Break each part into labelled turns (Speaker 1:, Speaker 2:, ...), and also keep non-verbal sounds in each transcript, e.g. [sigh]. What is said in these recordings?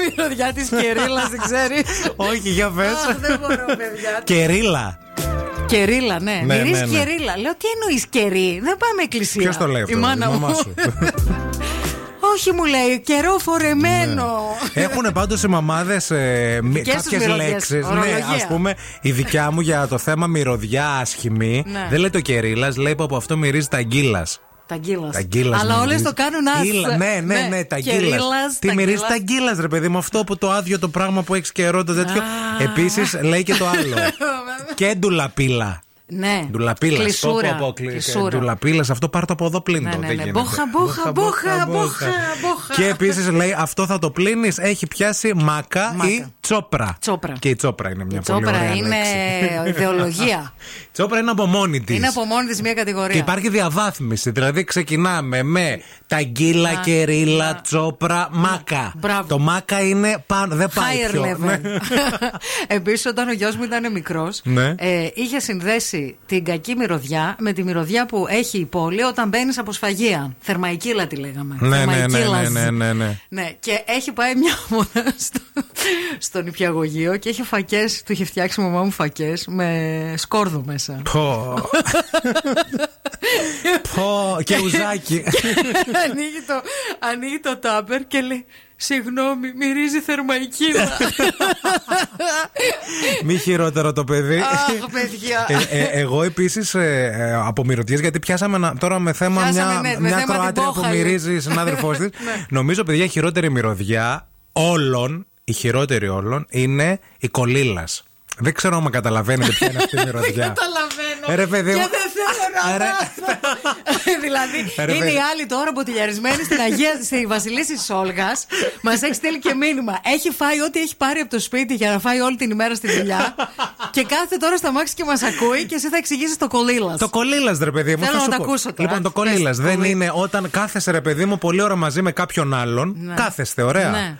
Speaker 1: μυρωδιά της κερίλας, δεν ξέρεις.
Speaker 2: Όχι, για πες.
Speaker 1: δεν μπορώ, παιδιά.
Speaker 2: Κερίλα.
Speaker 1: Κερίλα, ναι.
Speaker 2: Ναι,
Speaker 1: Μυρίζει
Speaker 2: ναι, ναι.
Speaker 1: κερίλα. Λέω, τι εννοείς κερί. Δεν πάμε εκκλησία.
Speaker 2: Ποιος το λέει αυτό,
Speaker 1: Η μάνα
Speaker 2: μαμά
Speaker 1: μου.
Speaker 2: σου.
Speaker 1: Όχι, μου λέει, καιρό φορεμένο.
Speaker 2: Έχουν πάντως οι μαμάδες ε,
Speaker 1: Δικές τους
Speaker 2: κάποιες
Speaker 1: μυρωδιές,
Speaker 2: λέξεις. Ναι,
Speaker 1: ορολογία.
Speaker 2: ας πούμε, η δικιά μου για το θέμα μυρωδιά άσχημη.
Speaker 1: Ναι.
Speaker 2: Δεν λέει το κερίλας, λέει που από αυτό μυρίζει τα γκύλα.
Speaker 1: Τα γκύλας.
Speaker 2: Τα γκύλας
Speaker 1: Αλλά
Speaker 2: μυρίζεις.
Speaker 1: όλες το κάνουν άσχημα.
Speaker 2: Γκύλα, Ναι, ναι, ναι, τα γκύλα. Τι μυρίζει τα γκύλα, ρε παιδί μου, αυτό που το άδειο το πράγμα που έχεις καιρό το τέτοιο.
Speaker 1: Α.
Speaker 2: Επίσης λέει και το
Speaker 1: [laughs]
Speaker 2: άλλο. και ντουλαπίλα.
Speaker 1: Ναι.
Speaker 2: Ντουλαπίλας.
Speaker 1: Κλεισούρα. κλεισούρα.
Speaker 2: Ντουλαπίλας, αυτό πάρ' το από εδώ πλύνω.
Speaker 1: Ναι, ναι,
Speaker 2: Δεν
Speaker 1: ναι.
Speaker 2: γίνεται.
Speaker 1: Μπόχα, μπόχα, μπόχα, μπόχα.
Speaker 2: Και επίσης λέει αυτό θα το πλύνεις. Έχει πιάσει μακά
Speaker 1: Μάκα.
Speaker 2: ή τσόπρα.
Speaker 1: Τσόπρα.
Speaker 2: Και η τσόπρα είναι μια πολύ ωραία
Speaker 1: Τσόπρα είναι
Speaker 2: λέξη.
Speaker 1: ιδεολογία.
Speaker 2: [laughs] Τσόπρα είναι από μόνη τη.
Speaker 1: Είναι από μόνη τη μια κατηγορία.
Speaker 2: Και υπάρχει διαβάθμιση. Δηλαδή ξεκινάμε με τα γκίλα, κερίλα, τσόπρα, μάκα.
Speaker 1: Μπράβο.
Speaker 2: Το μάκα είναι πάνω. Δεν πάει
Speaker 1: Higher
Speaker 2: πιο.
Speaker 1: level. [laughs]
Speaker 2: Ναι.
Speaker 1: Επίσης, όταν ο γιος μου ήταν μικρός,
Speaker 2: Ναι.
Speaker 1: ε, είχε συνδέσει την κακή μυρωδιά με τη μυρωδιά που έχει η πόλη όταν μπαίνεις από σφαγεία. Θερμαϊκύλα τη λέγαμε.
Speaker 2: Ναι, ναι, ναι,
Speaker 1: Θερμαϊκύλας.
Speaker 2: ναι, ναι, ναι, ναι.
Speaker 1: Και έχει πάει μια μόνα στο, στο νηπιαγωγείο και έχει φακές. Του είχε φτιάξει η μαμά μου φακές με σκόρδο
Speaker 2: [laughs]
Speaker 1: μέσα.
Speaker 2: Πω.
Speaker 1: [laughs]
Speaker 2: Πω. Και
Speaker 1: [laughs]
Speaker 2: ουζάκι.
Speaker 1: ανοίγει, το, ανοίγει το τάπερ και λέει Συγγνώμη, μυρίζει
Speaker 2: [laughs]
Speaker 1: θερμαϊκύλα.
Speaker 2: Μη χειρότερο το παιδί.
Speaker 1: Αχ, παιδιά.
Speaker 2: Ε, ε, εγώ επίσης από μυρωδιέ, γιατί πιάσαμε ένα- τώρα με θέμα
Speaker 1: Πιάσαμε,
Speaker 2: μια,
Speaker 1: ναι, με
Speaker 2: μια
Speaker 1: θέμα την
Speaker 2: Κροάτρια που
Speaker 1: πόχαλη. Ναι.
Speaker 2: μυρίζει η συνάδελφός
Speaker 1: [laughs]
Speaker 2: της. Νομίζω, παιδιά, η χειρότερη μυρωδιά όλων, η χειρότερη όλων είναι η κολύλας. Δεν ξέρω αν καταλαβαίνετε ποια είναι
Speaker 1: [laughs]
Speaker 2: αυτή η μυρωδιά.
Speaker 1: Καταλαβαίνω.
Speaker 2: Ε, ρε, παιδί
Speaker 1: και
Speaker 2: μου.
Speaker 1: δεν θέλω να
Speaker 2: Ε, ρε.
Speaker 1: μάθω. [laughs] δηλαδή,
Speaker 2: Ε, ρε,
Speaker 1: είναι
Speaker 2: παιδί.
Speaker 1: η άλλη τώρα μποτιλιαρισμένη στην Αγία στη Βασιλίση Σόλγα. Μας έχει στείλει και μήνυμα. Έχει φάει ό,τι έχει πάρει από το σπίτι για να φάει όλη την ημέρα στη
Speaker 2: [laughs]
Speaker 1: δουλειά. και κάθεται τώρα στα μάξι και μας ακούει και εσύ θα εξηγήσεις το κολύλας.
Speaker 2: Το κολλήλα, ρε παιδί μου.
Speaker 1: Θέλω
Speaker 2: θα
Speaker 1: να
Speaker 2: σου
Speaker 1: τα
Speaker 2: πω.
Speaker 1: ακούσω τώρα.
Speaker 2: Λοιπόν, το
Speaker 1: Πες,
Speaker 2: κολλήλα
Speaker 1: το
Speaker 2: δεν
Speaker 1: κολλήλας.
Speaker 2: είναι όταν κάθεσαι, ρε παιδί μου, πολλή ώρα μαζί με κάποιον άλλον. Κάθεστε, ωραία.
Speaker 1: Ναι.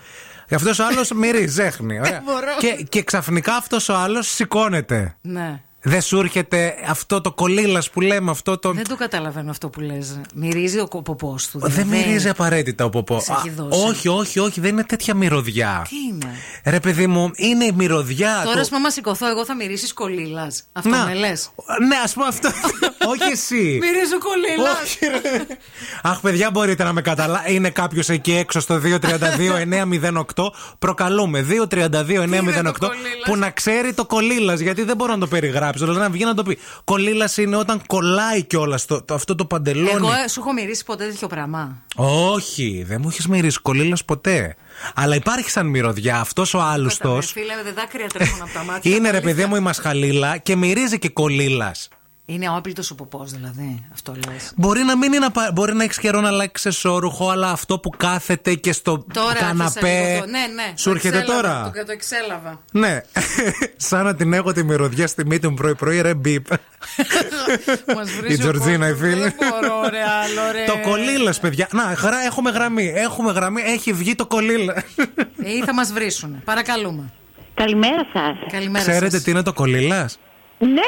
Speaker 2: Αυτός ο άλλος μυρίζει, ζέχνει. ωραία.
Speaker 1: Δεν [laughs] μπορώ.
Speaker 2: και, και ξαφνικά αυτός ο άλλος σηκώνεται.
Speaker 1: Ναι.
Speaker 2: Δεν σου έρχεται αυτό το κολλήλα που λέμε, αυτό το.
Speaker 1: Δεν το καταλαβαίνω αυτό που λες Μυρίζει ο κοποπό του.
Speaker 2: Δεν
Speaker 1: δηλαδή.
Speaker 2: μυρίζει απαραίτητα ο ποπός.
Speaker 1: Σε έχει
Speaker 2: Α,
Speaker 1: δώσει.
Speaker 2: Όχι, όχι, όχι, δεν είναι τέτοια μυρωδιά.
Speaker 1: Τι είναι.
Speaker 2: Ρε παιδί μου, είναι η μυρωδιά
Speaker 1: Τώρα,
Speaker 2: του.
Speaker 1: ας πούμε, σηκωθώ, εγώ θα μυρίσει κολύλας. Αυτό με λες.
Speaker 2: Ναι, ας πούμε
Speaker 1: [laughs]
Speaker 2: αυτό. όχι εσύ.
Speaker 1: Μυρίζω κολύλας.
Speaker 2: Όχι, ρε. Αχ, παιδιά, μπορείτε να με καταλάβετε. Είναι κάποιος εκεί έξω στο 232-908. Προκαλούμε. 232-908.
Speaker 1: κολλήλας?
Speaker 2: Που να ξέρει το κολλήλα. Γιατί δεν μπορώ να το περιγράψω. Δηλαδή να βγει να το πει. Κολλήλας είναι όταν κολλάει κιόλας το, το, αυτό το παντελόνι.
Speaker 1: Εγώ ε, σου έχω μυρίσει ποτέ τέτοιο πράγμα.
Speaker 2: Όχι, δεν μου έχεις μυρίσει κολλήλας ποτέ. Αλλά υπάρχει σαν μυρωδιά. Αυτός ο άλλουστος.
Speaker 1: Ρε Φίλε, δεν δάκρυα τρέχουν
Speaker 2: [laughs]
Speaker 1: από τα μάτια.
Speaker 2: Είναι ρε παιδί μου η μασχαλίλα και μυρίζει και κολλήλας.
Speaker 1: Είναι ο άπλητο ο ποπός, δηλαδή. Αυτό λες
Speaker 2: Μπορεί να, μην είναι, απα- μπορεί να έχεις καιρό να αλλάξεις εσόρουχο, αλλά αυτό που κάθεται και στο
Speaker 1: Τώρα άρχισα
Speaker 2: καναπέ.
Speaker 1: λίγο το- Ναι, ναι.
Speaker 2: Σου
Speaker 1: το
Speaker 2: έρχεται
Speaker 1: εξέλαβα,
Speaker 2: τώρα.
Speaker 1: Το, το
Speaker 2: [laughs]
Speaker 1: εξέλαβα.
Speaker 2: Ναι. Σαν να την έχω τη μυρωδιά στη μύτη μου πρωί-πρωί, ρε μπίπ.
Speaker 1: Μας βρίζει
Speaker 2: [laughs] Η
Speaker 1: ο
Speaker 2: Τζορτζίνα, η
Speaker 1: κόσμος.
Speaker 2: φίλη.
Speaker 1: Δεν μπορώ, ρε, άλλο, ρε.
Speaker 2: [laughs] Το κολλήλα, παιδιά. Να, χαρά, έχουμε γραμμή. Έχουμε γραμμή, έχει βγει το κολλήλα.
Speaker 1: Ε, Ή θα μας βρίσουν. Παρακαλούμε.
Speaker 3: Καλημέρα σας.
Speaker 1: Καλημέρα.
Speaker 2: Ξέρετε
Speaker 1: σας.
Speaker 2: τι είναι το κολλήλα.
Speaker 3: Ναι!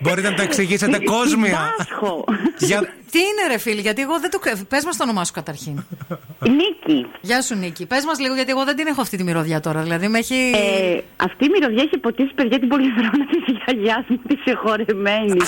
Speaker 2: Μπορείτε να το
Speaker 1: [laughs]
Speaker 2: εξηγήσετε κόσμια.
Speaker 3: Πάσχο.
Speaker 2: Για...
Speaker 1: Τι είναι, ρε φίλη, γιατί εγώ δεν το. Πες μας το όνομά σου
Speaker 2: [laughs]
Speaker 1: καταρχήν.
Speaker 3: Νίκη.
Speaker 1: Γεια σου, Νίκη. Πες μας λίγο, γιατί εγώ δεν την έχω αυτή τη μυρωδιά τώρα. Δηλαδή, με έχει.
Speaker 3: Ε, αυτή η μυρωδιά έχει ποτίσει παιδιά την πολυθρόνα της γιαγιάς μου, της
Speaker 1: [laughs]
Speaker 3: συγχωρεμένης.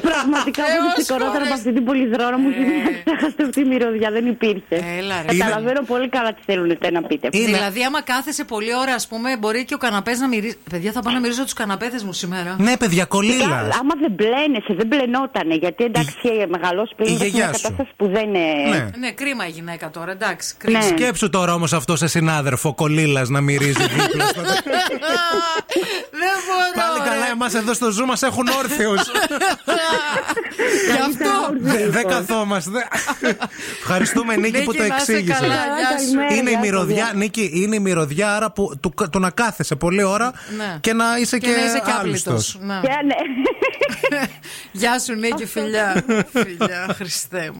Speaker 3: Πραγματικά
Speaker 1: Θεός
Speaker 3: μου της σηκωρότερα
Speaker 1: χωρίς. Ναι.
Speaker 3: από αυτή την πολυθρόνα μου. Θυμήθηκα ξέχαστε αυτή η μυρωδιά, δεν υπήρχε.
Speaker 1: Έλα, ρε.
Speaker 3: Καταλαβαίνω πολύ καλά τι θέλετε να πείτε.
Speaker 2: Είναι-
Speaker 1: Δηλαδή, άμα κάθεσαι πολλή ώρα, ας πούμε, μπορεί και ο καναπές να μυρίζει. Παιδιά, θα πάω να μυρίζω τους καναπέδες μου σήμερα.
Speaker 2: Ναι, παιδιά,
Speaker 3: Καλά,
Speaker 2: κολλήλα.
Speaker 3: Άμα δεν πλένεσαι, δεν πλενότανε. Γιατί εντάξει, μεγαλός
Speaker 2: η
Speaker 3: πλέον σε μια
Speaker 2: γιαγιά σου.
Speaker 3: κατάσταση που δεν είναι.
Speaker 2: Ναι.
Speaker 1: Ναι, κρίμα η γυναίκα τώρα, εντάξει. Κρίμα.
Speaker 3: Ναι.
Speaker 2: Σκέψου τώρα όμως αυτό σε συνάδελφο κολλήλας να
Speaker 1: [laughs]
Speaker 2: μυρίζει δίπλα στο
Speaker 1: [laughs] Δεν μπορώ.
Speaker 2: Πάλι καλά,
Speaker 1: ρε.
Speaker 2: εμάς εδώ στο ζου μας έχουν όρθιου.
Speaker 1: [laughs] Γι' αυτό.
Speaker 2: Δεν καθόμαστε. Ευχαριστούμε Νίκη που
Speaker 1: Νίκη,
Speaker 2: το
Speaker 1: να είσαι καλά.
Speaker 2: εξήγησε.
Speaker 1: Γεια σου.
Speaker 3: Καλημέρα,
Speaker 2: Είναι η
Speaker 3: γεια σας,
Speaker 2: μυρωδιά,
Speaker 3: γεια.
Speaker 2: Νίκη, είναι η μυρωδιά άρα που, του, του να κάθεσαι πολλή ώρα
Speaker 1: Ναι.
Speaker 2: και να είσαι και,
Speaker 1: Και να είσαι και
Speaker 2: άλουστος.
Speaker 1: άπλητος. Να. [laughs]
Speaker 3: Και ναι.
Speaker 1: Γεια σου, Νίκη, φιλιά. Φιλιά, Χριστέ μου.